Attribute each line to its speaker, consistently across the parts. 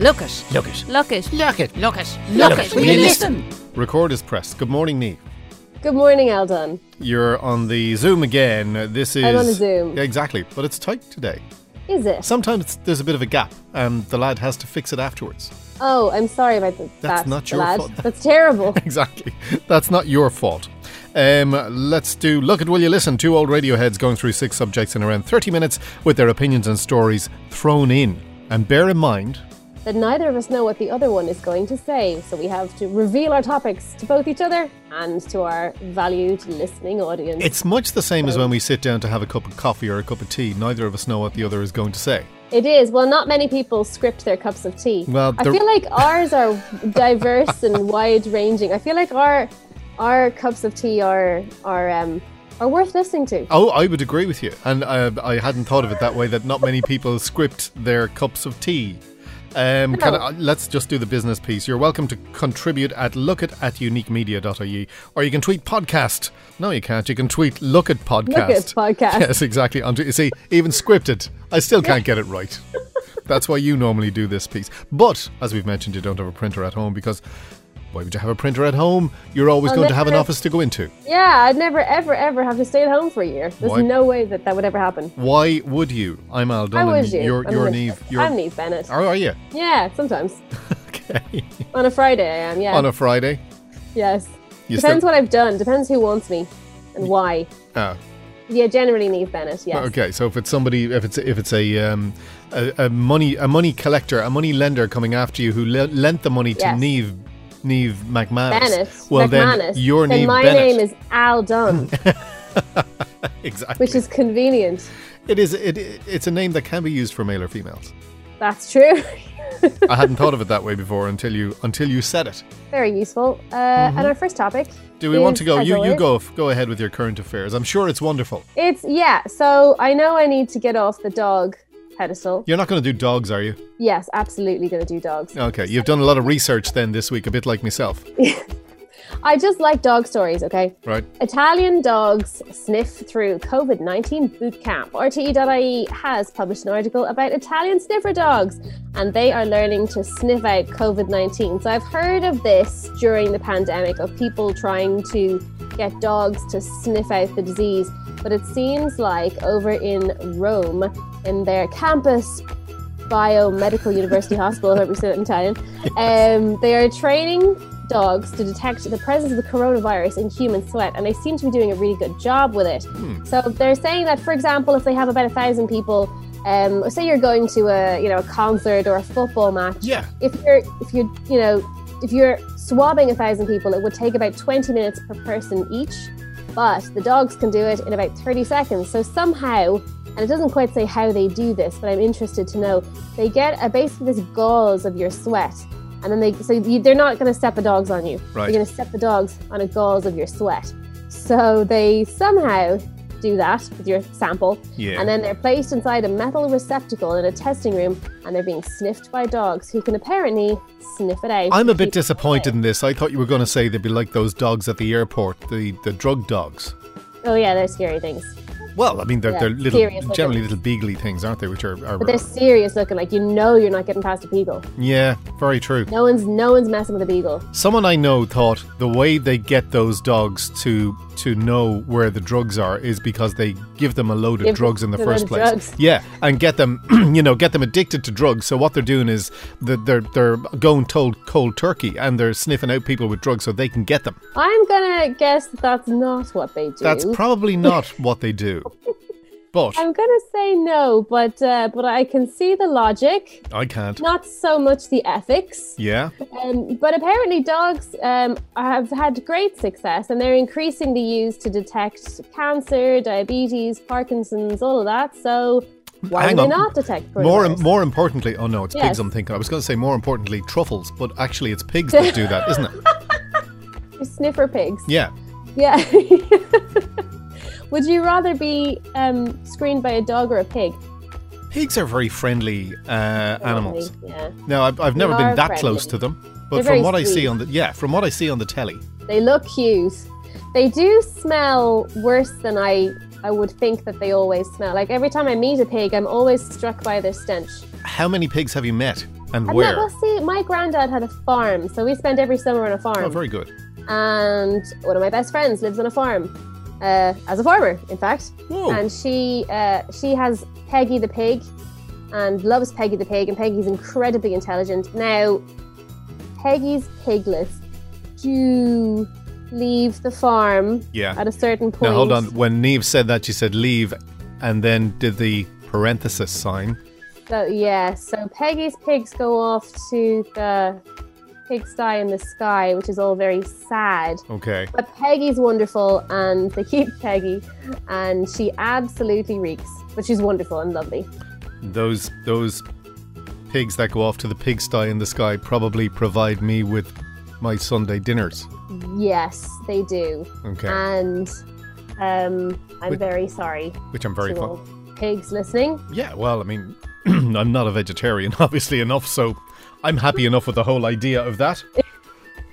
Speaker 1: Lucas.
Speaker 2: Lucas.
Speaker 1: Lucas.
Speaker 2: Lucas.
Speaker 1: Lucas.
Speaker 2: Lucas,
Speaker 1: Will you listen?
Speaker 3: Record is pressed. Good morning, Neve.
Speaker 4: Good morning, Eldon.
Speaker 3: You're on the Zoom again. This is
Speaker 4: I'm on the Zoom.
Speaker 3: Yeah, exactly, but it's tight today.
Speaker 4: Is it?
Speaker 3: Sometimes there's a bit of a gap, and the lad has to fix it afterwards.
Speaker 4: Oh, I'm sorry about the,
Speaker 3: That's
Speaker 4: that.
Speaker 3: not your
Speaker 4: lad.
Speaker 3: fault.
Speaker 4: That's terrible.
Speaker 3: Exactly. That's not your fault. Um, let's do Look at Will You Listen? Two old Radioheads going through six subjects in around 30 minutes with their opinions and stories thrown in. And bear in mind,
Speaker 4: that neither of us know what the other one is going to say, so we have to reveal our topics to both each other and to our valued listening audience.
Speaker 3: it's much the same as when we sit down to have a cup of coffee or a cup of tea. Neither of us know what the other is going to say.
Speaker 4: It is. Well, not many people script their cups of tea.
Speaker 3: Well,
Speaker 4: I
Speaker 3: the-
Speaker 4: feel like ours are diverse and wide ranging. I feel like our our cups of tea are are um are worth listening to.
Speaker 3: Oh, I would agree with you. And uh, I hadn't thought of it that way that not many people script their cups of tea. Um, can I, let's just do the business piece. You're welcome to contribute at lookat at uniquemedia.ie E. or you can tweet podcast. No, you can't. You can tweet look at podcast.
Speaker 4: podcast.
Speaker 3: Yes, exactly. Onto- You see, even scripted, I still can't get it right. That's why you normally do this piece. But as we've mentioned, you don't have a printer at home because why would you have a printer at home? You're always going to have an
Speaker 4: Unless-
Speaker 3: office to go into.
Speaker 4: Yeah, I'd never ever ever have to stay at home for a year. There's
Speaker 3: Why-
Speaker 4: no way that that would ever happen.
Speaker 3: Why would you? I'm Al
Speaker 4: How
Speaker 3: Donovan.
Speaker 4: would you?
Speaker 3: You're,
Speaker 4: I'm
Speaker 3: you're
Speaker 4: Liz-
Speaker 3: Neve. You're,
Speaker 4: I'm Neve Bennett.
Speaker 3: Are, are you?
Speaker 4: Yeah, sometimes.
Speaker 3: Okay.
Speaker 4: On a Friday, I am. Yeah.
Speaker 3: On a Friday?
Speaker 4: yes.
Speaker 3: You
Speaker 4: Depends
Speaker 3: still-
Speaker 4: what I've done. Depends who wants me and why.
Speaker 3: Ah,
Speaker 4: Yeah, generally Neve Bennett. Yes.
Speaker 3: okay. So if it's somebody, if it's if it's a um, a, a money a money collector, a money lender coming after you who le- lent the money to
Speaker 4: Yes.
Speaker 3: Neve Neve McManus.
Speaker 4: Bennett.
Speaker 3: Well then,
Speaker 4: McManus.
Speaker 3: you're
Speaker 4: then
Speaker 3: Neve
Speaker 4: my
Speaker 3: Bennett.
Speaker 4: name is Al Dunn,
Speaker 3: exactly.
Speaker 4: which is convenient.
Speaker 3: it is it, it's a name that can be used for male or females.
Speaker 4: That's true.
Speaker 3: I hadn't thought of it that way before until you until you said it.
Speaker 4: Very useful. Uh, And our first topic.
Speaker 3: Mm-hmm. Do we
Speaker 4: is,
Speaker 3: want to go?
Speaker 4: as
Speaker 3: You you
Speaker 4: always-
Speaker 3: go f- go ahead with your current affairs. I'm sure it's wonderful.
Speaker 4: It's yeah. So I know I need to get off the dog pedestal.
Speaker 3: You're not going to do dogs, are you?
Speaker 4: Yes, absolutely going to do dogs.
Speaker 3: Okay, you've done a lot of research then this week, a bit like myself,
Speaker 4: I just like dog stories. Okay.
Speaker 3: right?
Speaker 4: Italian dogs sniff through COVID 19 boot camp. RTE.ie E has published an article about Italian sniffer dogs, and they are learning to sniff out COVID 19. So I've heard of this during the pandemic of people trying to get dogs to sniff out the disease, but it seems like over in Rome, in their campus Biomedical University Hospital, if I ever said it in Italian. Um, they are training dogs to detect the presence of the coronavirus in human sweat, and they seem to be doing a really good job with it. So they're saying that, for example, if they have about a thousand people, um, say you're going to a you know a concert or a football match,
Speaker 3: Yeah.
Speaker 4: if you're if you you know if you're swabbing a thousand people, it would take about 20 minutes per person each. But the dogs can do it in about 30 seconds. So somehow, and it doesn't quite say how they do this, but I'm interested to know. They get a, basically this gauze of your sweat, and then they so you, they're not going to step the dogs on you.
Speaker 3: Right.
Speaker 4: You're going to step the dogs on a gauze of your sweat. So they somehow do that with your sample,
Speaker 3: Yeah.
Speaker 4: and then they're placed inside a metal receptacle in a testing room, and they're being sniffed by dogs who can apparently sniff it out.
Speaker 3: I'm a bit
Speaker 4: Keep-
Speaker 3: disappointed in this. I thought you were going to say they'd be like those dogs at the airport, the, the drug dogs.
Speaker 4: Oh yeah, they're scary things,
Speaker 3: Well, I mean, they're,
Speaker 4: Yeah,
Speaker 3: they're little,
Speaker 4: serious looking.
Speaker 3: generally little beagly things, aren't they? Which are, are
Speaker 4: but they're serious looking. Like you know, you're not getting past a beagle.
Speaker 3: yeah, very true.
Speaker 4: No one's no one's messing with a beagle.
Speaker 3: Someone I know thought the way they get those dogs to to know where the drugs are is because they give them a load of
Speaker 4: Give
Speaker 3: drugs in the
Speaker 4: them a load
Speaker 3: first
Speaker 4: of
Speaker 3: place.
Speaker 4: drugs.
Speaker 3: Yeah, and get them, you know, get them addicted to drugs. So what they're doing is that they're they're going told cold turkey and they're sniffing out people with drugs so they can get them.
Speaker 4: I'm gonna guess that that's not what they do.
Speaker 3: That's probably not what they do. But
Speaker 4: I'm gonna say no, but uh, but I can see the logic,
Speaker 3: I can't.
Speaker 4: not so much the ethics.
Speaker 3: Yeah.
Speaker 4: Um, but apparently, dogs um, have had great success, and they're increasing the use to detect cancer, diabetes, Parkinson's, all of that. So why
Speaker 3: Hang
Speaker 4: would
Speaker 3: on.
Speaker 4: they not detect coronavirus?
Speaker 3: More more importantly, oh no, it's pigs
Speaker 4: Yes.
Speaker 3: I'm thinking. I was going to say more importantly truffles, but actually it's pigs that do that, isn't it?
Speaker 4: sniffer pigs.
Speaker 3: Yeah.
Speaker 4: Yeah. Would you rather be um, screened by a dog or a pig?
Speaker 3: Pigs are very friendly uh, animals.
Speaker 4: Yeah.
Speaker 3: Now, I've, I've never
Speaker 4: They
Speaker 3: been
Speaker 4: are
Speaker 3: that
Speaker 4: friendly.
Speaker 3: close to them, but
Speaker 4: They're
Speaker 3: from
Speaker 4: very
Speaker 3: what I see
Speaker 4: sweet.
Speaker 3: on the yeah, from what I see on the telly,
Speaker 4: They look cute. They do smell worse than I I would think that they always smell. Like every time I meet a pig, I'm always struck by their stench.
Speaker 3: how many pigs have you met? And
Speaker 4: And
Speaker 3: where?
Speaker 4: That, well, see, my granddad had a farm, so we spent every summer on a farm.
Speaker 3: Oh, very good.
Speaker 4: and one of my best friends lives on a farm, uh, as a farmer, in fact.
Speaker 3: Whoa.
Speaker 4: And she uh, she has Peggy the pig, and loves Peggy the pig, and Peggy's incredibly intelligent. Now, Peggy's piglets do leave the farm
Speaker 3: yeah.
Speaker 4: at a certain point.
Speaker 3: Now hold on. When Neve said that, she said leave, and then did the parenthesis sign.
Speaker 4: So yeah, so Peggy's pigs go off to the pigsty in the sky, which is all very sad.
Speaker 3: Okay.
Speaker 4: But Peggy's wonderful, and they keep Peggy, and she absolutely reeks. But she's wonderful and lovely.
Speaker 3: Those those pigs that go off to the pigsty in the sky probably provide me with my Sunday dinners.
Speaker 4: Yes, they do.
Speaker 3: Okay.
Speaker 4: And um, I'm
Speaker 3: With-
Speaker 4: very sorry
Speaker 3: Which I'm very
Speaker 4: to
Speaker 3: fond.
Speaker 4: all pigs listening.
Speaker 3: Yeah, well, I mean, I'm not a vegetarian, obviously enough, so I'm happy enough with the whole idea of that.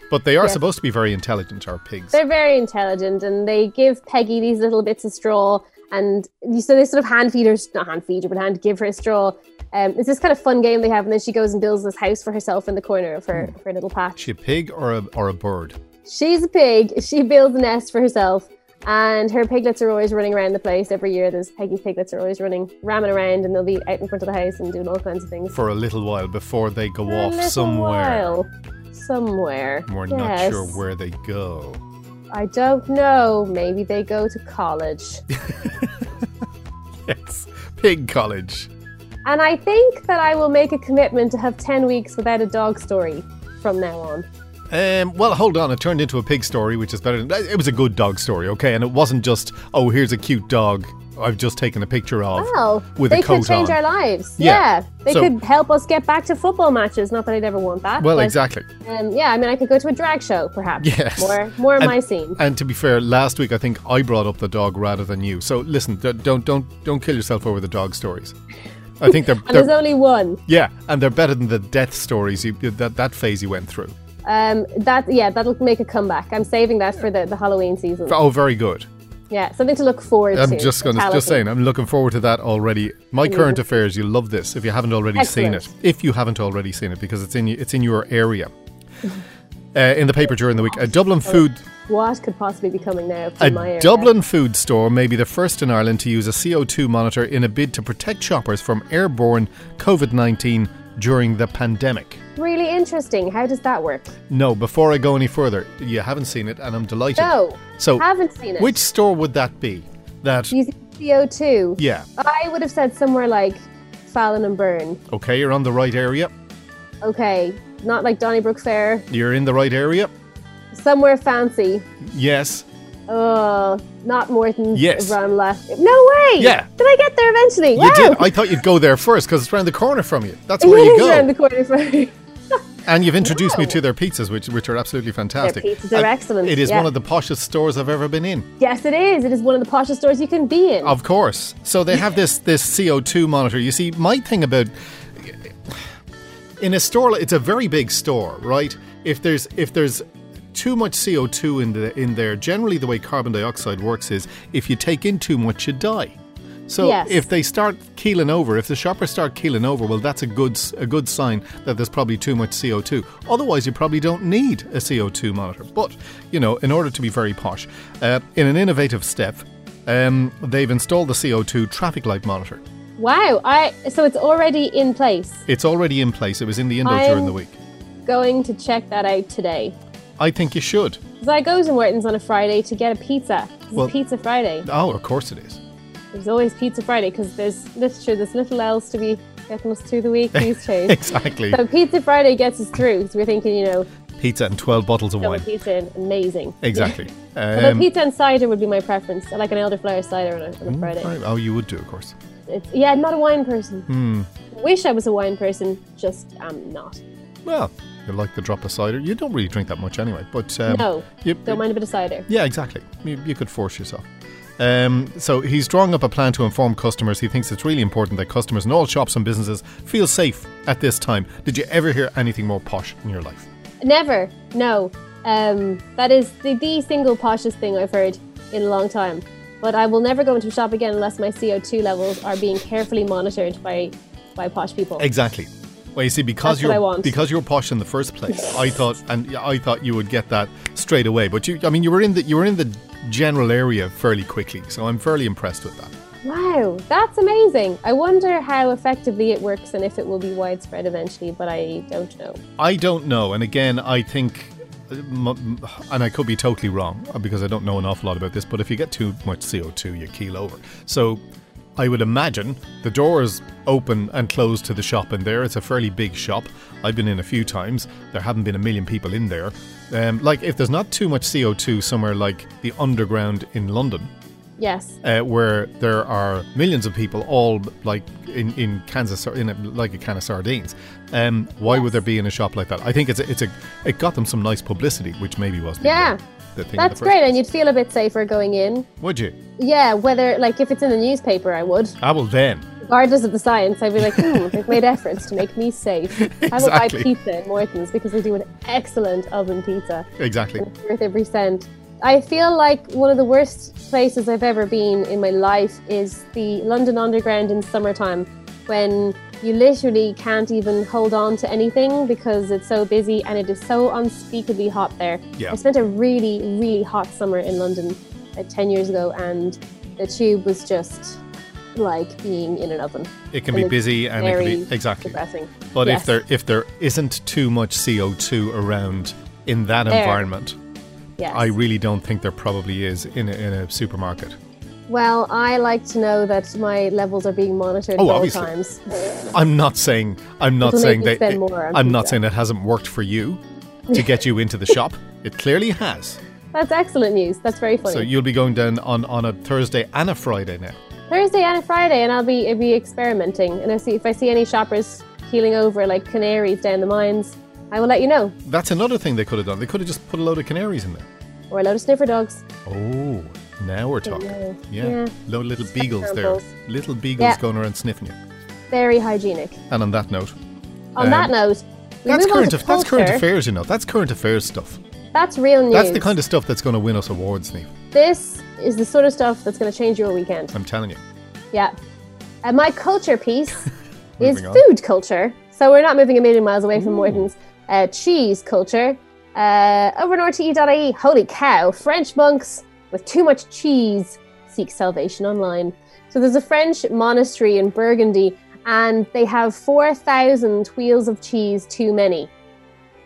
Speaker 3: But they are
Speaker 4: Yes.
Speaker 3: supposed to be very intelligent, our pigs.
Speaker 4: They're very intelligent, and they give Peggy these little bits of straw. And so they sort of hand feed her, not hand feed her, but hand give her straw. Um, it's this kind of fun game they have, and then she goes and builds this house for herself in the corner of her, of her little patch.
Speaker 3: Is she a pig or a, or a bird?
Speaker 4: She's a pig. She builds a nest for herself, and her piglets are always running around the place every year. Those Peggy's piglets are always running, ramming around, and they'll be out in front of the house and doing all kinds of things.
Speaker 3: For a little while before they go
Speaker 4: For a
Speaker 3: off
Speaker 4: little
Speaker 3: somewhere.
Speaker 4: while. Somewhere.
Speaker 3: We're not sure
Speaker 4: Yes.
Speaker 3: where they go.
Speaker 4: I don't know. Maybe they go to college.
Speaker 3: Yes, pig college.
Speaker 4: and I think that I will make a commitment to have 10 weeks without a dog story from now on.
Speaker 3: Um, well, hold on. It turned into a pig story, which is better. Than, it was a good dog story, okay? And it wasn't just, oh, here's a cute dog I've just taken a picture of.
Speaker 4: Wow.
Speaker 3: With a
Speaker 4: they could
Speaker 3: coat
Speaker 4: change
Speaker 3: on.
Speaker 4: our lives.
Speaker 3: Yeah.
Speaker 4: Yeah. They
Speaker 3: So-
Speaker 4: could help us get back to football matches. Not that I'd ever want that.
Speaker 3: Well,
Speaker 4: but-
Speaker 3: exactly.
Speaker 4: Um, yeah, I mean, I could go to a drag show, perhaps.
Speaker 3: Yes.
Speaker 4: More, more
Speaker 3: And-
Speaker 4: my scene.
Speaker 3: And to be fair, last week I think I brought up the dog rather than you. So listen, d- don't don't don't kill yourself over the dog stories. I think they're,
Speaker 4: And there's
Speaker 3: they're
Speaker 4: only one.
Speaker 3: yeah, and they're better than the death stories you that that phase you went through.
Speaker 4: Um, that yeah, that'll make a comeback. I'm saving that for the, the Halloween season.
Speaker 3: Oh, very good.
Speaker 4: Yeah, something to look forward to.
Speaker 3: I'm just going to just
Speaker 4: Fatality.
Speaker 3: saying I'm looking forward to that already. My current affairs, you'll love this if you haven't already seen
Speaker 4: Excellent.
Speaker 3: it. If you haven't already seen it because it's in it's in your area. Uh, in the paper during the week, a Dublin
Speaker 4: Oh.
Speaker 3: food
Speaker 4: What could possibly be coming now? up to my
Speaker 3: A
Speaker 4: area?
Speaker 3: Dublin food store may be the first in Ireland to use a CO2 monitor in a bid to protect shoppers from airborne COVID 19 during the pandemic.
Speaker 4: Really interesting. How does that work?
Speaker 3: No, before I go any further, you haven't seen it, and I'm delighted.
Speaker 4: No,
Speaker 3: so
Speaker 4: haven't seen it.
Speaker 3: Which store would that be? That
Speaker 4: Using CO2.
Speaker 3: yeah.
Speaker 4: I would have said somewhere like Fallon and Burn.
Speaker 3: Okay, you're on the right area.
Speaker 4: Okay, not like Donnybrook Fair.
Speaker 3: You're in the right area.
Speaker 4: Somewhere fancy.
Speaker 3: Yes.
Speaker 4: Oh, not Morton.
Speaker 3: Yes.
Speaker 4: Ramla. No way.
Speaker 3: Yeah.
Speaker 4: Did I get there eventually?
Speaker 3: You
Speaker 4: wow.
Speaker 3: did. I thought you'd go there first because it's round the corner from you. That's where
Speaker 4: It
Speaker 3: you
Speaker 4: is around
Speaker 3: go.
Speaker 4: the corner from
Speaker 3: And you've introduced me
Speaker 4: Wow.
Speaker 3: to their pizzas, which which are absolutely fantastic.
Speaker 4: pizzas are
Speaker 3: And
Speaker 4: excellent,
Speaker 3: It is
Speaker 4: yeah.
Speaker 3: one of the poshest stores I've ever been in.
Speaker 4: Yes, it is. It is one of the poshest stores you can be in.
Speaker 3: Of course. So they have this this CO2 monitor. You see, my thing about in a store, it's a very big store, right? If there's if there's too much CO2 in the in there, generally the way carbon dioxide works is if you take in too much, you die. So
Speaker 4: Yes.
Speaker 3: if they start keeling over, if the shoppers start keeling over, well, that's a good s- a good sign that there's probably too much CO2. Otherwise, you probably don't need a CO2 monitor. But you know, in order to be very posh, uh, in an innovative step, um, they've installed the CO2 traffic light monitor.
Speaker 4: wow. I so it's already in place.
Speaker 3: It's already in place. It was in the indoor
Speaker 4: I'm-
Speaker 3: during the week.
Speaker 4: Going to check that out today.
Speaker 3: I think you should.
Speaker 4: Because I go to Morton's on a Friday to get a pizza. It's
Speaker 3: Well-
Speaker 4: Pizza Friday.
Speaker 3: Oh, of course it is.
Speaker 4: There's always Pizza Friday because there's little there's little else to be getting us through the week these days.
Speaker 3: Exactly.
Speaker 4: so Pizza Friday gets us through. So we're thinking, you know,
Speaker 3: Pizza and 12 bottles of
Speaker 4: double
Speaker 3: wine.
Speaker 4: pizza in, amazing.
Speaker 3: Exactly.
Speaker 4: Although
Speaker 3: Um,
Speaker 4: pizza and cider would be my preference. I like an elderflower cider on a, on a Friday.
Speaker 3: oh, you would do, of course.
Speaker 4: It's, yeah, I'm not a wine person.
Speaker 3: Hmm.
Speaker 4: Wish I was a wine person, just am not.
Speaker 3: Well, you like the drop of cider. You don't really drink that much anyway, but um,
Speaker 4: No,
Speaker 3: you,
Speaker 4: Don't mind a bit of cider.
Speaker 3: Yeah, exactly. You, you could force yourself. Um, so he's drawing up a plan to inform customers. He thinks it's really important that customers in all shops and businesses feel safe at this time. Did you ever hear anything more posh in your life?
Speaker 4: Never, no. Um, that is the, the single poshest thing I've heard in a long time. But I will never go into a shop again unless my CO2 levels are being carefully monitored by by posh people.
Speaker 3: Exactly. Well, you see, because
Speaker 4: That's what I
Speaker 3: you're
Speaker 4: want.
Speaker 3: because you're posh in the first place, I thought, and yeah, I thought you would get that straight away. But you, I mean, you were in the you were in the general area fairly quickly, so I'm fairly impressed with that.
Speaker 4: Wow, that's amazing. I wonder how effectively it works and if it will be widespread eventually, but I don't know.
Speaker 3: I don't know, and again, I think, m- m- and I could be totally wrong uh, because I don't know an awful lot about this. But if you get too much CO2, you keel over. So, I would imagine the doors open and close to the shop in there. It's a fairly big shop. I've been in a few times. There haven't been a million people in there. Um, like if there's not too much CO2 somewhere like the underground in London,
Speaker 4: Yes.
Speaker 3: uh, where there are millions of people all like in, in Kansas in a, like a can of sardines. Um, why would there be in a shop like that? I think it's a, it's a it got them some nice publicity, which maybe wasn't.
Speaker 4: Yeah.
Speaker 3: the, the thing in the
Speaker 4: That's
Speaker 3: first
Speaker 4: great, and
Speaker 3: place.
Speaker 4: you'd feel a bit safer going in.
Speaker 3: Would you?
Speaker 4: Yeah, whether, like, if it's in the newspaper, I would.
Speaker 3: Ah, well then.
Speaker 4: Regardless of the science, I'd be like, hmm, they've made efforts to make me safe. I will buy
Speaker 3: Exactly.
Speaker 4: pizza in Morton's because they do an excellent oven pizza.
Speaker 3: Exactly.
Speaker 4: It's worth every cent. I feel like one of the worst places I've ever been in my life is the London Underground in summertime when you literally can't even hold on to anything because it's so busy and it is so unspeakably hot there.
Speaker 3: Yeah.
Speaker 4: I spent a really, really hot summer in London like 10 years ago and the tube was just like being in an oven.
Speaker 3: It can
Speaker 4: And
Speaker 3: be
Speaker 4: it's
Speaker 3: busy and it
Speaker 4: very
Speaker 3: can be exactly.
Speaker 4: Depressing.
Speaker 3: But if
Speaker 4: Yes.
Speaker 3: there if there isn't too much CO two around in that
Speaker 4: There.
Speaker 3: environment,
Speaker 4: Yes.
Speaker 3: I really don't think there probably is in a, in a supermarket.
Speaker 4: well, I like to know that my levels are being monitored
Speaker 3: Oh,
Speaker 4: at all
Speaker 3: obviously.
Speaker 4: times.
Speaker 3: I'm not saying I'm not
Speaker 4: It'll make
Speaker 3: saying
Speaker 4: you
Speaker 3: that
Speaker 4: spend more on
Speaker 3: I'm not
Speaker 4: pizza.
Speaker 3: saying it hasn't worked for you to get you into the shop. It clearly has.
Speaker 4: That's excellent news. That's very funny.
Speaker 3: So you'll be going down on, on a Thursday and a Friday now.
Speaker 4: Thursday and a Friday, and I'll be I'll be experimenting. And I see if I see any shoppers keeling over like canaries down the mines, I will let you know.
Speaker 3: That's another thing they could have done. They could have just put a load of canaries in there.
Speaker 4: Or a load of sniffer dogs.
Speaker 3: Oh, now we're talking.
Speaker 4: know.
Speaker 3: Yeah,
Speaker 4: Yeah.
Speaker 3: load of little beagles there.
Speaker 4: Spectrals.
Speaker 3: Little beagles
Speaker 4: Yeah.
Speaker 3: going around sniffing you.
Speaker 4: Very hygienic.
Speaker 3: And on that note,
Speaker 4: On
Speaker 3: Um,
Speaker 4: that note, we
Speaker 3: that's
Speaker 4: move on
Speaker 3: current.
Speaker 4: to
Speaker 3: Af- that's current
Speaker 4: culture.
Speaker 3: affairs. You know, that's current affairs stuff.
Speaker 4: That's real news.
Speaker 3: That's the kind of stuff that's going to win us awards, Neve.
Speaker 4: This is the sort of stuff that's going to change your weekend.
Speaker 3: I'm telling you.
Speaker 4: Yeah. And my culture piece is
Speaker 3: Moving on.
Speaker 4: food culture. So we're not moving a million miles away from Morton's uh, cheese culture. Uh, over at RTE.ie, holy cow, French monks with too much cheese seek salvation online. So there's a French monastery in Burgundy, and they have 4,000 wheels of cheese too many.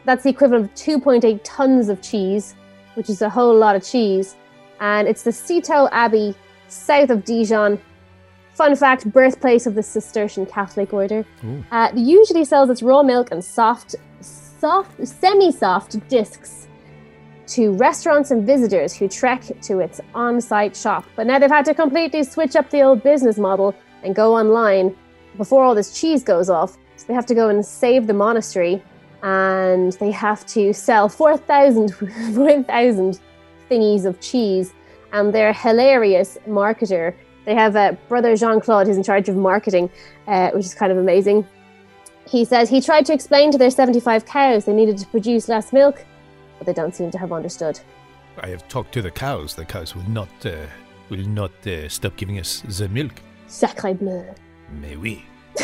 Speaker 4: That's the equivalent of 2.8 tons of cheese, which is a whole lot of cheese. And it's the Citeaux Abbey, south of Dijon, Fun fact birthplace of the Cistercian Catholic order.
Speaker 3: Ooh.
Speaker 4: Uh, it usually sells its raw milk and soft, soft, semi soft discs to restaurants and visitors who trek to its on site shop. But now they've had to completely switch up the old business model and go online before all this cheese goes off. So they have to go and save the monastery and they have to sell 4,000 4,000 thingies of cheese. And their hilarious marketer they have uh, brother Jean Claude who's in charge of marketing, uh, which is kind of amazing. He says he tried to explain to their 75 cows they needed to produce less milk, but they don't seem to have understood.
Speaker 1: I have talked to the cows. The cows will not uh, will not uh, stop giving us the milk.
Speaker 4: Sacre bleu.
Speaker 1: Mais oui.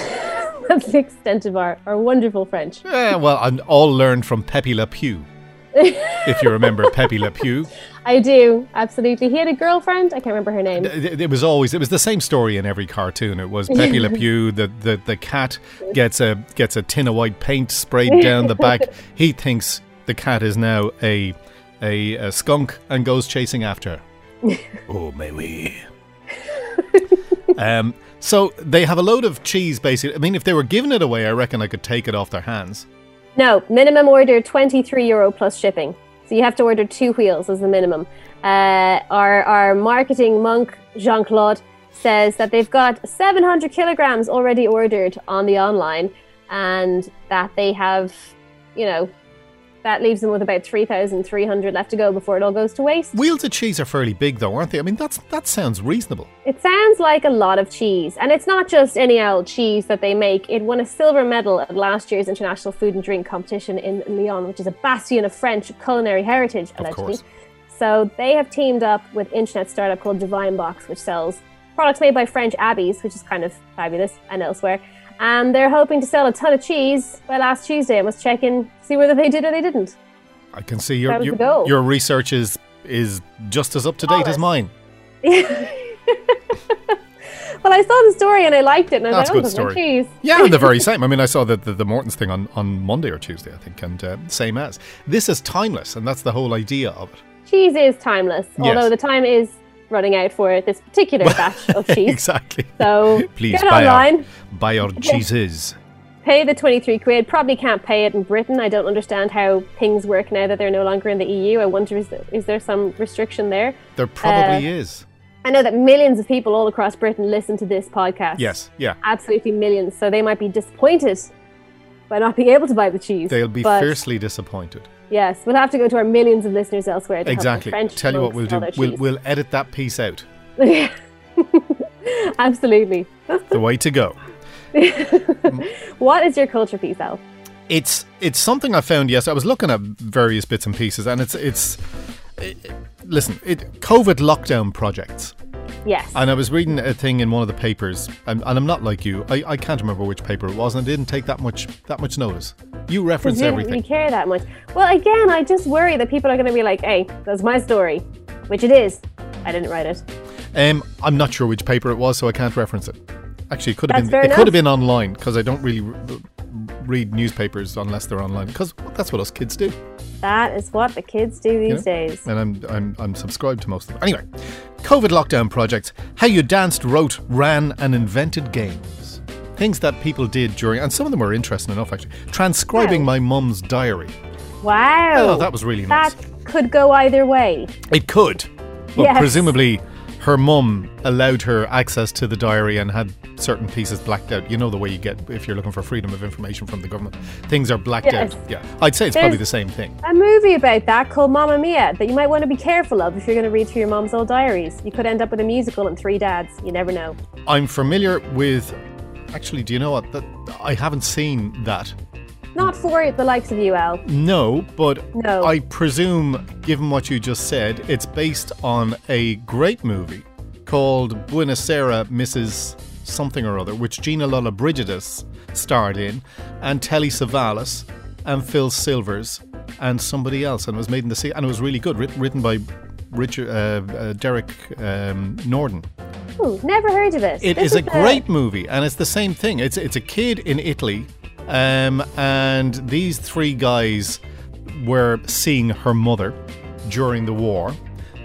Speaker 4: That's the extent of our, our wonderful French.
Speaker 3: Eh, well, and all learned from Pepe Le Pew. if you remember Pepe Le Pew,
Speaker 4: I do, absolutely. He had a girlfriend, I can't remember her name.
Speaker 3: it, it was always it was the same story in every cartoon. It was Pepe Le Pew, the, the, the cat gets a gets a tin of white paint sprayed down the back. He thinks the cat is now a a, a skunk and goes chasing after.
Speaker 1: Oh, mais oui.
Speaker 3: her. Um, so they have a load of cheese. Basically, I mean, if they were giving it away, I reckon I could take it off their hands.
Speaker 4: No, minimum order 23 euro plus shipping. So you have to order two wheels as the minimum. Uh, our, our marketing monk, Jean Claude, says that they've got 700 kilograms already ordered on the online and that they have, you know, that leaves them with about 3,300 left to go before it all goes to waste.
Speaker 3: Wheels of cheese are fairly big, though, aren't they? I mean, that's that sounds reasonable.
Speaker 4: It sounds like a lot of cheese, and it's not just any old cheese that they make. It won a silver medal at last year's International Food and Drink Competition in Lyon, which is a bastion of French culinary heritage, allegedly.
Speaker 3: course.
Speaker 4: So they have teamed up with internet startup called Divine Box, which sells products made by French abbeys, which is kind of fabulous, and elsewhere. and they're hoping to sell a ton of cheese by last Tuesday. I must check in, see whether they did or they didn't.
Speaker 3: I can see
Speaker 4: That
Speaker 3: your
Speaker 4: was the
Speaker 3: your,
Speaker 4: goal.
Speaker 3: your research is is just as up to date as
Speaker 4: Solid.
Speaker 3: mine.
Speaker 4: well, I saw the story and I liked it, and I was
Speaker 3: That's
Speaker 4: like, oh,
Speaker 3: good
Speaker 4: there's no
Speaker 3: story.
Speaker 4: cheese.
Speaker 3: Yeah, and the very same. I mean, I saw the, the, the Mortons thing on, on Monday or Tuesday, I think, and uh, same as. This is timeless, and that's the whole idea of it.
Speaker 4: Cheese is timeless,
Speaker 3: Yes.
Speaker 4: although the time is running out for this particular batch of cheese.
Speaker 3: exactly.
Speaker 4: So
Speaker 3: Please
Speaker 4: get
Speaker 3: buy our-
Speaker 4: online.
Speaker 3: Buy our cheeses.
Speaker 4: Pay the 23 quid. Probably can't pay it in Britain. I don't understand how things work now that they're no longer in the EU. I wonder is there, is there some restriction there?
Speaker 3: There probably
Speaker 4: Uh,
Speaker 3: is.
Speaker 4: I know that millions of people all across Britain listen to this podcast.
Speaker 3: Yes, yeah.
Speaker 4: Absolutely millions. So they might be disappointed by not being able to buy the cheese.
Speaker 3: They'll be
Speaker 4: but
Speaker 3: fiercely disappointed.
Speaker 4: Yes, we'll have to go to our millions of listeners elsewhere to help the
Speaker 3: Exactly.
Speaker 4: French
Speaker 3: Tell you what
Speaker 4: folks
Speaker 3: we'll
Speaker 4: sell
Speaker 3: do.
Speaker 4: their
Speaker 3: We'll,
Speaker 4: cheese.
Speaker 3: we'll edit that piece out.
Speaker 4: Absolutely.
Speaker 3: The way to go.
Speaker 4: What is your culture piece, Al?
Speaker 3: it's it's something I found. Yes, I was looking at various bits and pieces, and it's it's. i- listen, it COVID lockdown projects,
Speaker 4: Yes.
Speaker 3: and I was reading a thing in one of the papers, and, and I'm not like you. I, I can't remember which paper it was, and I didn't take that much that much notice. You reference
Speaker 4: didn't really
Speaker 3: everything.
Speaker 4: care that much. Well, again, I just worry that people are going to be like, hey, that's my story, which it is. I didn't write it.
Speaker 3: Um, I'm not sure which paper it was, so I can't reference it. Actually, it could have
Speaker 4: That's
Speaker 3: been
Speaker 4: fair
Speaker 3: it could
Speaker 4: enough.
Speaker 3: have been online because I don't really re- read newspapers unless they're online because that's what us kids do.
Speaker 4: That is what the kids do these
Speaker 3: you know?
Speaker 4: days.
Speaker 3: And I'm, I'm, I'm subscribed to most of them. Anyway, COVID lockdown projects, how you danced, wrote, ran, and invented games. Things that people did during, and some of them were interesting enough actually. Transcribing
Speaker 4: Wow.
Speaker 3: my mum's diary.
Speaker 4: Wow.
Speaker 3: Oh, that was really nice.
Speaker 4: That could go either way.
Speaker 3: It could. But
Speaker 4: Yes.
Speaker 3: presumably, her mum allowed her access to the diary and had certain pieces blacked out. You know the way you get if you're looking for freedom of information from the government. Things are blacked
Speaker 4: Yes.
Speaker 3: out. Yeah. I'd say it's probably
Speaker 4: There's-
Speaker 3: the same thing.
Speaker 4: A movie about that called Mamma Mia that you might want to be careful of if you're going to read through your mom's old diaries. You could end up with a musical and three dads. You never know.
Speaker 3: I'm familiar with. Actually, do you know what? That I haven't seen that.
Speaker 4: Not for the likes of you, Al.
Speaker 3: Mm. No, but
Speaker 4: No.
Speaker 3: I presume, given what you just said, it's based on a great movie called Buenos Aires, Mrs. Something or Other, which Gina Lola Brigidis starred in, and Telly Savalas, and Phil Silvers, and somebody else, and it was made in the sea, and it was really good, writ- written by Richard uh, uh, Derek um, Norden.
Speaker 4: Ooh, never heard of it.
Speaker 3: It
Speaker 4: This
Speaker 3: is a great movie, and it's the same thing. It's it's a kid in Italy, um, and these three guys were seeing her mother during the war.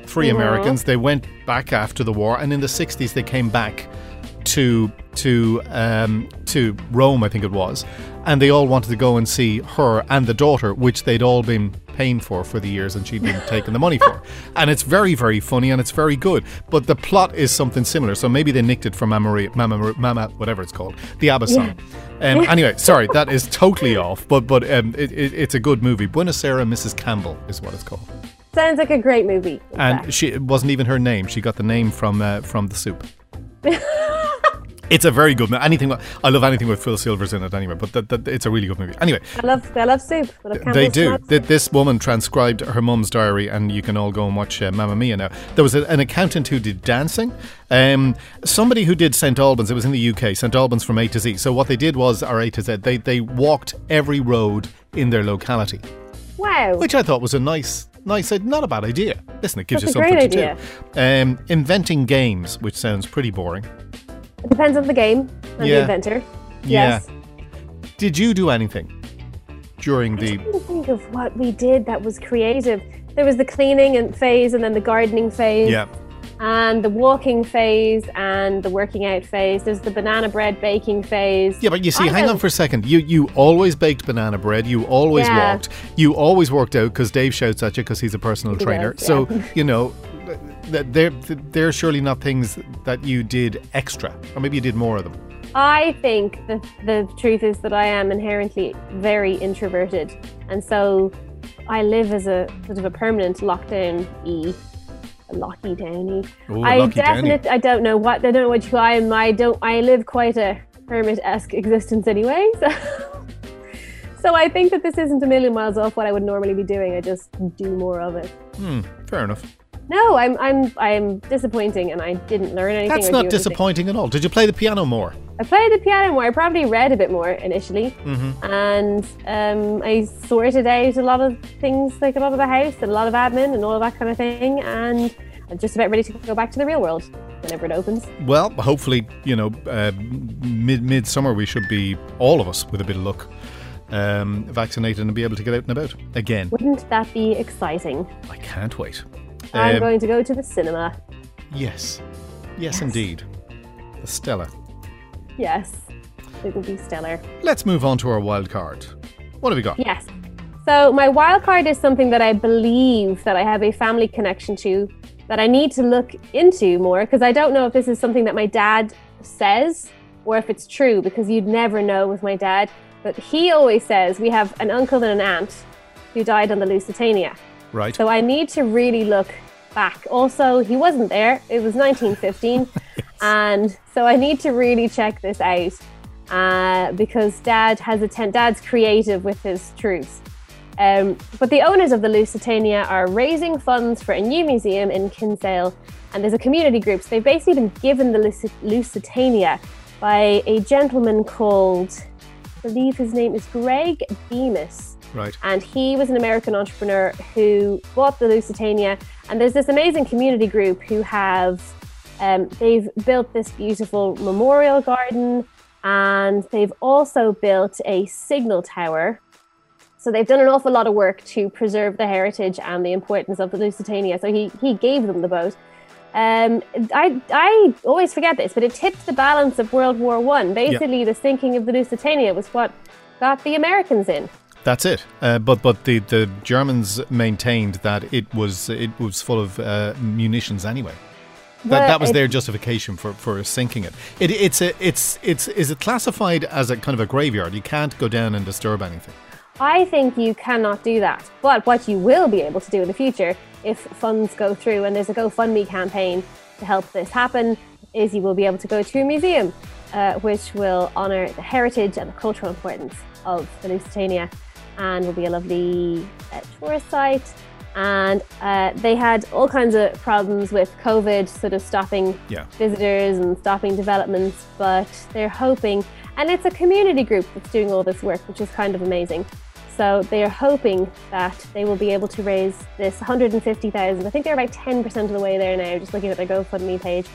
Speaker 3: 3 Americans. They went back after the war, and in the '60s they came back to to um, to Rome, I think it was, and they all wanted to go and see her and the daughter, which they'd all been paying for for the years, and she'd been taking the money for. And it's very, very funny, and it's very good. But the plot is something similar, so maybe they nicked it from Mamma, Maria, Mamma, Maria- Mamma whatever it's called, the ABBA song. Um, anyway, sorry, that is totally off, but but um, it, it, it's a good movie. Buenos Aires, Mrs. Campbell is what it's called,
Speaker 4: Sounds like a great movie. in
Speaker 3: and
Speaker 4: fact.
Speaker 3: she it wasn't even her name; she got the name from uh, from the soup. It's a very good movie. Anything with- I love anything with Phil Silvers in it anyway, but that, that, it's a really good movie. Anyway,
Speaker 4: I love, I love soup. I love
Speaker 3: they
Speaker 4: Campbell's
Speaker 3: do.
Speaker 4: soup.
Speaker 3: Th- This woman transcribed her mum's diary, and you can all go and watch uh, Mamma Mia now. There was a, an accountant who did dancing, um, somebody who did St Albans. It was in the UK, St Albans from A to Z. So what they did was, or A to Z, they they walked every road in their locality,
Speaker 4: Wow.
Speaker 3: which I thought was a nice. Nice, not a bad idea. Listen, it gives
Speaker 4: That's
Speaker 3: you
Speaker 4: a
Speaker 3: something to
Speaker 4: great
Speaker 3: do. Um, inventing games, which sounds pretty boring.
Speaker 4: It depends on the game and
Speaker 3: Yeah.
Speaker 4: the inventor.
Speaker 3: Yeah.
Speaker 4: Yes.
Speaker 3: Did you do anything during the?
Speaker 4: I can think of what we did that was creative. There was the cleaning and phase, and then the gardening phase,
Speaker 3: Yeah.
Speaker 4: and the walking phase, and the working out phase. There's the banana bread baking phase.
Speaker 3: Yeah, but you see,
Speaker 4: I
Speaker 3: hang
Speaker 4: have-
Speaker 3: on for a second. You you always baked banana bread. You always
Speaker 4: Yeah.
Speaker 3: walked. You always worked out because Dave shouts at you because he's a personal
Speaker 4: He
Speaker 3: trainer.
Speaker 4: does,
Speaker 3: So you know, th- they're they're surely not things that you did extra, or maybe you did more of them.
Speaker 4: I think the the truth is that I am inherently very introverted, and so I live as a sort of a permanent lockdown e, a locky downy.
Speaker 3: Ooh, a
Speaker 4: I
Speaker 3: locky downy.
Speaker 4: definitely I don't know what I don't know what you I am. I don't I live quite a hermit esque existence anyway. So. So I think that this isn't a million miles off what I would normally be doing. I just do more of it.
Speaker 3: Fair enough.
Speaker 4: No, I'm I'm I'm disappointing, and I didn't learn anything.
Speaker 3: That's
Speaker 4: or do
Speaker 3: not
Speaker 4: anything.
Speaker 3: disappointing at all. Did you play the piano more?
Speaker 4: I played the piano more. I probably read a bit more initially, and um, I sorted out a lot of things, like a lot of the house and a lot of admin and all of that kind of thing. And I'm just about ready to go back to the real world whenever it opens.
Speaker 3: Well, hopefully, you know, uh, mid midsummer we should be all of us with a bit of luck, um, vaccinated and be able to get out and about again.
Speaker 4: Wouldn't that be exciting?
Speaker 3: I can't wait.
Speaker 4: I'm
Speaker 3: Um,
Speaker 4: going to go to the cinema.
Speaker 3: yes. yes, indeed. Stella.
Speaker 4: Yes, it would be stellar.
Speaker 3: Let's move on to our wild card. What have we got?
Speaker 4: Yes. So my wild card is something that I believe that I have a family connection to that I need to look into more because I don't know if this is something that my dad says or if it's true because you'd never know with my dad. But he always says we have an uncle and an aunt who died on the Lusitania.
Speaker 1: Right.
Speaker 4: So I need to really look back. Also, he wasn't there. It was 1915. And so I need to really check this out uh, because dad has a ten- dad's creative with his troops. Um, but the owners of the Lusitania are raising funds for a new museum in Kinsale, and there's a community group. So they've basically been given the Lusi- Lusitania by a gentleman called, I believe his name is Greg Bemis
Speaker 3: Right.
Speaker 4: and he was an American entrepreneur who bought the Lusitania. And there's this amazing community group who have um, they've built this beautiful memorial garden, and they've also built a signal tower. So they've done an awful lot of work to preserve the heritage and the importance of the Lusitania. So he he gave them the boat. Um, I I always forget this, but it tipped the balance of World War One. Basically, the sinking of the Lusitania was what got the Americans in.
Speaker 3: That's it. Uh, but but the, the Germans maintained that it was it was full of uh, munitions anyway. That,
Speaker 4: Well,
Speaker 3: that was
Speaker 4: it-
Speaker 3: their justification for, for sinking it. it. It's a it's it's is it classified as a kind of a graveyard? You can't go down and disturb anything.
Speaker 4: I think you cannot do that. But what you will be able to do in the future, if funds go through and there's a GoFundMe campaign to help this happen, is you will be able to go to a museum uh, which will honour the heritage and the cultural importance of the Lusitania and will be a lovely uh, tourist site. And uh, they had all kinds of problems with COVID, sort of stopping
Speaker 3: Yeah.
Speaker 4: visitors and stopping developments, but they're hoping, and it's a community group that's doing all this work, which is kind of amazing. So they are hoping that they will be able to raise this 150,000. I think they're about 10% of the way there now, just looking at their GoFundMe page.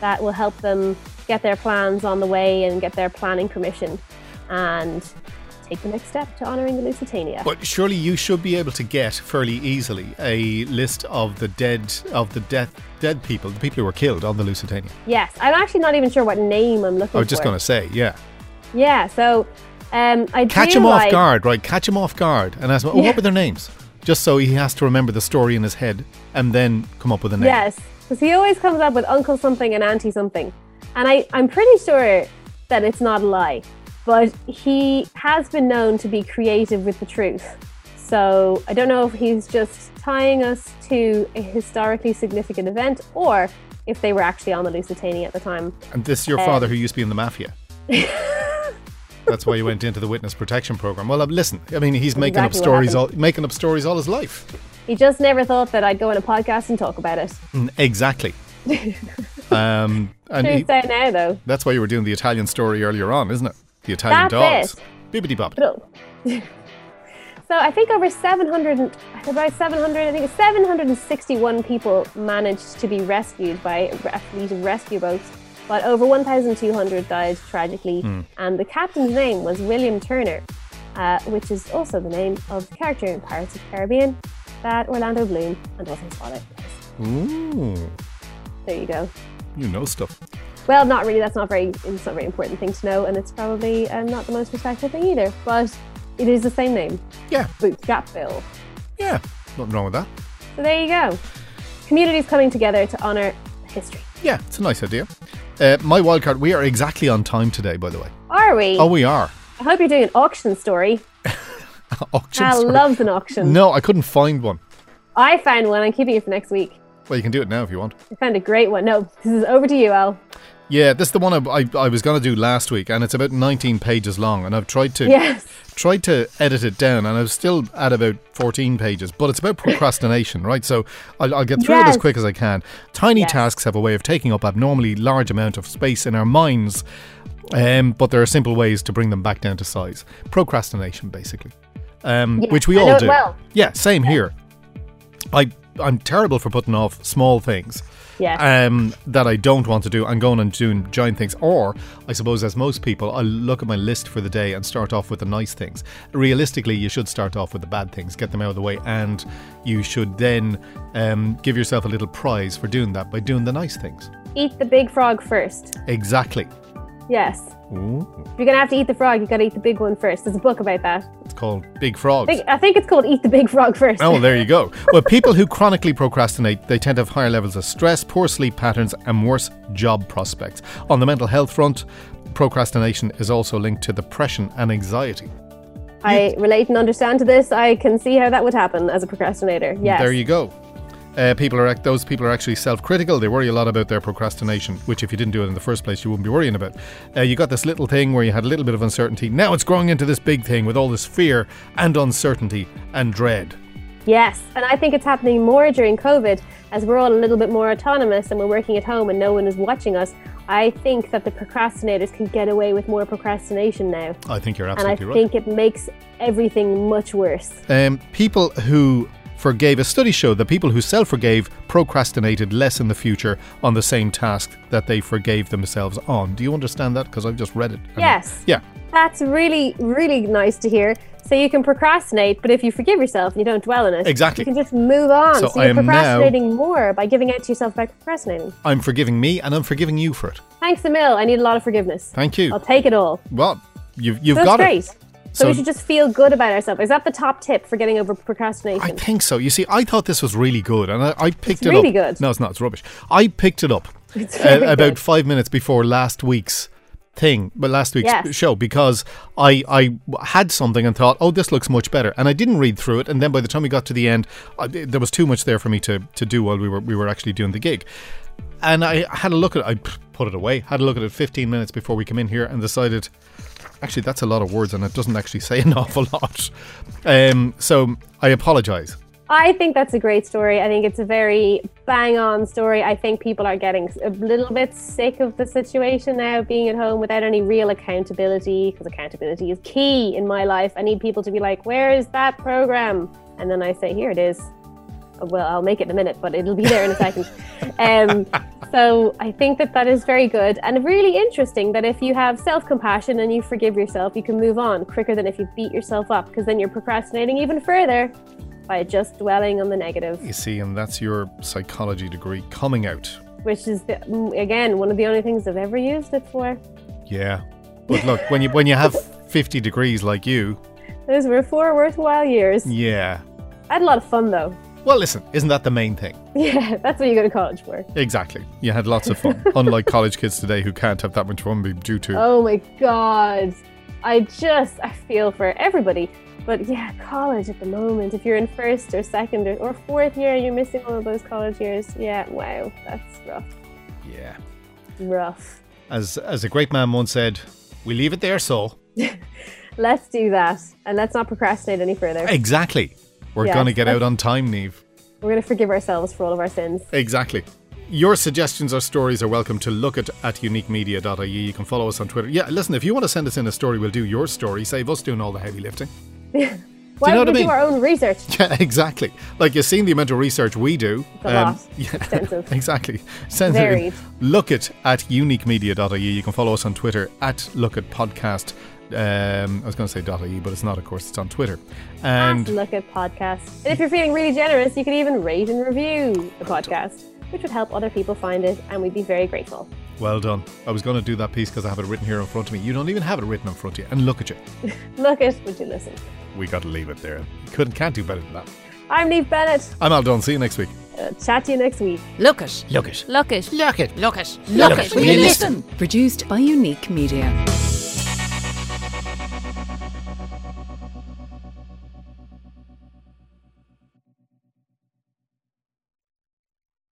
Speaker 4: That will help them get their plans on the way and get their planning permission and take the next step to honouring the Lusitania.
Speaker 3: But surely you should be able to get fairly easily a list of the dead of the death dead people, the people who were killed on the Lusitania.
Speaker 4: Yes, I'm actually not even sure what name I'm looking for.
Speaker 3: I was just going to say, yeah.
Speaker 4: Yeah, so um, I
Speaker 3: Catch
Speaker 4: do
Speaker 3: him off
Speaker 4: like-
Speaker 3: guard, right? Catch him off guard and ask him, oh,
Speaker 4: Yeah.
Speaker 3: what were their names? Just so he has to remember the story in his head and then come up with a name.
Speaker 4: Yes, because he always comes up with uncle something and auntie something. And I, I'm pretty sure that it's not a lie, but he has been known to be creative with the truth. So I don't know if he's just tying us to a historically significant event or if they were actually on the Lusitania at the time.
Speaker 3: And this is your father who used to be in the mafia. That's why you went into the witness protection program. Well, uh, listen, I mean, he's making up
Speaker 4: exactly what
Speaker 3: stories all making up stories all his life.
Speaker 4: He just never thought that I'd go on a podcast and talk about it.
Speaker 3: Mm, Exactly. um, and he-
Speaker 4: Truth out now, though.
Speaker 3: That's why you were doing the Italian story earlier on, isn't it? The Italian
Speaker 4: That's
Speaker 3: dogs. Bibbidi bobbidi.
Speaker 4: But- so I think over 700, and- about 700, I think it's 761 people managed to be rescued by a fleet of rescue boats, but over 1,200 died tragically. And the captain's name was William Turner, uh, which is also the name of the character in Pirates of the Caribbean that Orlando Bloom and was his father.
Speaker 3: Ooh,
Speaker 4: There you go.
Speaker 3: you know stuff.
Speaker 4: Well, not really. That's not very. It's not a very important thing to know, and it's probably um, not the most respectful thing either. But it is the same name,
Speaker 3: Yeah,
Speaker 4: Bootstrap Bill.
Speaker 3: yeah. Nothing wrong with that.
Speaker 4: So there you go. Communities coming together to honour history.
Speaker 3: Yeah, it's a nice idea. Uh, my wildcard, we are exactly on time today, by the way.
Speaker 4: Are we?
Speaker 3: Oh, we are.
Speaker 4: I hope you're doing an auction story.
Speaker 3: Auction
Speaker 4: I
Speaker 3: story.
Speaker 4: loves an auction.
Speaker 3: No, I couldn't find one.
Speaker 4: I found one. I'm keeping it for next week.
Speaker 3: Well, you can do it now if you want.
Speaker 4: I found a great one. No, this is over to you, Al.
Speaker 3: Yeah, this is the one I, I, I was going to do last week, and it's about 19 pages long, and I've tried to
Speaker 4: Yes.
Speaker 3: tried to edit it down, and I'm still at about 14 pages. But it's about procrastination, right? So I'll, I'll get through it as
Speaker 4: Yes.
Speaker 3: quick as I can. Tiny
Speaker 4: Yes.
Speaker 3: tasks have a way of taking up abnormally large amount of space in our minds, um, but there are simple ways to bring them back down to size. Procrastination, basically, um,
Speaker 4: Yes,
Speaker 3: which we
Speaker 4: I
Speaker 3: all
Speaker 4: know it
Speaker 3: do.
Speaker 4: well.
Speaker 3: Yeah, same here. I I'm terrible for putting off small things
Speaker 4: Yes.
Speaker 3: um, that I don't want to do and going and doing giant things. Or, I suppose, as most people, I look at my list for the day and start off with the nice things. Realistically, you should start off with the bad things, get them out of the way, and you should then um, give yourself a little prize for doing that by doing the nice things.
Speaker 4: eat the big frog first.
Speaker 3: Exactly.
Speaker 4: Yes.
Speaker 3: Ooh,
Speaker 4: If you're gonna have to eat the frog, you gotta eat the big one first. There's a book about that.
Speaker 3: it's called Big
Speaker 4: I
Speaker 3: Frogs.
Speaker 4: think, I think it's called Eat the Big Frog First.
Speaker 3: Oh, there you go. Well, people who chronically procrastinate, they tend to have higher levels of stress, poor sleep patterns, and worse job prospects. On the mental health front, procrastination is also linked to depression and anxiety.
Speaker 4: I relate and understand to this. I can see how that would happen as a procrastinator. Yes.
Speaker 3: There you go. Uh, people are act- those people are actually self-critical. They worry a lot about their procrastination, which if you didn't do it in the first place, you wouldn't be worrying about. Uh, you got this little thing where you had a little bit of uncertainty. Now it's growing into this big thing with all this fear and uncertainty and dread.
Speaker 4: Yes. And I think it's happening more during COVID as we're all a little bit more autonomous and we're working at home and no one is watching us. I think that the procrastinators can get away with more procrastination now.
Speaker 3: I think you're
Speaker 4: And I
Speaker 3: absolutely right.
Speaker 4: think it makes everything much worse.
Speaker 3: Um, people who forgave a study showed that people who self forgave procrastinated less in the future on the same task that they forgave themselves on. Do you understand that? Because I've just read it. And-
Speaker 4: Yes.
Speaker 3: Yeah.
Speaker 4: That's really, really nice to hear. So you can procrastinate, but if you forgive yourself and you don't dwell on it,
Speaker 3: Exactly.
Speaker 4: you can just move on.
Speaker 3: So
Speaker 4: So,
Speaker 3: I
Speaker 4: you're
Speaker 3: am now-
Speaker 4: procrastinating more by giving out to yourself by procrastinating.
Speaker 3: I'm forgiving me and I'm forgiving you for it.
Speaker 4: Thanks a mil. I need a lot of forgiveness.
Speaker 3: Thank you.
Speaker 4: I'll take it all.
Speaker 3: Well, you've, you've
Speaker 4: That's
Speaker 3: got
Speaker 4: great.
Speaker 3: it.
Speaker 4: So,
Speaker 3: So-
Speaker 4: we should just feel good about ourselves. Is that the top tip for getting over
Speaker 3: I
Speaker 4: procrastination?
Speaker 3: think so. You see, I thought this was really good, and I, I picked it
Speaker 4: really
Speaker 3: up.
Speaker 4: good.
Speaker 3: No, it's not. It's rubbish. I picked it up
Speaker 4: It's
Speaker 3: uh,
Speaker 4: very
Speaker 3: about
Speaker 4: good.
Speaker 3: five minutes before last week's thing, but last week's
Speaker 4: Yes.
Speaker 3: show because I I had something and thought, oh, this looks much better, and I didn't read through it, and then by the time we got to the end, I, there was too much there for me to to do while we were we were actually doing the gig, and I had a look at it. I put it away, had a look at it 15 minutes before we came in here, and decided. Actually, that's a lot of words, and it doesn't actually say an awful lot. Um, so I apologise.
Speaker 4: I think that's a great story. I think it's a very bang on story. I think people are getting a little bit sick of the situation now, being at home without any real accountability, because accountability is key in my life. I need people to be like, where is that program? And then I say, here it is. Uh, Well, I'll make it in a minute, but it'll be there in a second. Um, so I think that that is very good and really interesting that if you have self compassion and you forgive yourself, you can move on quicker than if you beat yourself up, because then you're procrastinating even further by just dwelling on the negative,
Speaker 3: You see, and that's your psychology degree coming out.
Speaker 4: which is the, mm, again one of the only things I've ever used it for.
Speaker 3: Yeah. But look, when you when you have 50 degrees like you,
Speaker 4: Those were four worthwhile
Speaker 3: Mm.
Speaker 4: years.
Speaker 3: yeah.
Speaker 4: I had a lot of fun though.
Speaker 3: Well, listen, isn't that the main thing?
Speaker 4: Yeah, that's what you go to college for.
Speaker 3: Exactly. You had lots of fun, unlike college kids today who can't have that much fun be- due to.
Speaker 4: Oh my god. I just I feel for everybody. But yeah, college at the moment, if you're in first or second or, or fourth year, you're missing all of those college years. Yeah, wow, that's rough.
Speaker 3: Yeah.
Speaker 4: Rough.
Speaker 3: As as a great man once said, we leave it there, so.
Speaker 4: Let's do that. And let's not procrastinate any further.
Speaker 3: Exactly. We're
Speaker 4: Yes,
Speaker 3: going to get
Speaker 4: that's-
Speaker 3: out on time, Neve.
Speaker 4: We're going to forgive ourselves for all of our sins.
Speaker 3: Exactly. Your suggestions or stories are welcome to look at, at uniquemedia.ie. E. You can follow us on Twitter. Yeah, listen, if you want to send us in a story, we'll do your story. Save us doing all the heavy lifting.
Speaker 4: Why
Speaker 3: know
Speaker 4: would
Speaker 3: what I
Speaker 4: we
Speaker 3: mean?
Speaker 4: do our own research?
Speaker 3: Yeah, exactly. Like you've seen the amount of research we do. um,
Speaker 4: a lot. Extensive.
Speaker 3: exactly. Send it in.
Speaker 4: Varied.
Speaker 3: Look it at uniquemedia.ie. You can follow us on Twitter at look at podcast. Um, I was going to say .ie, but it's not. Of course, it's on Twitter.
Speaker 4: And
Speaker 3: And
Speaker 4: look at podcasts. And if you're feeling really generous, you can even rate and review the podcast, which would help other people find it, and we'd be very grateful.
Speaker 3: well done. I was going to do that piece because I have it written here in front of me. You don't even have it written in front of you. And look at you.
Speaker 4: Look at Would You Listen?
Speaker 3: We got to leave it there. Couldn't can't do better than that.
Speaker 4: I'm Neve Bennett.
Speaker 3: I'm Al Don. See you next week.
Speaker 4: Uh, chat to you next week.
Speaker 2: Look it.
Speaker 1: Look it.
Speaker 2: Look it.
Speaker 1: Look it.
Speaker 2: Look it.
Speaker 1: Look it. We listen.
Speaker 2: Produced by Unique Media.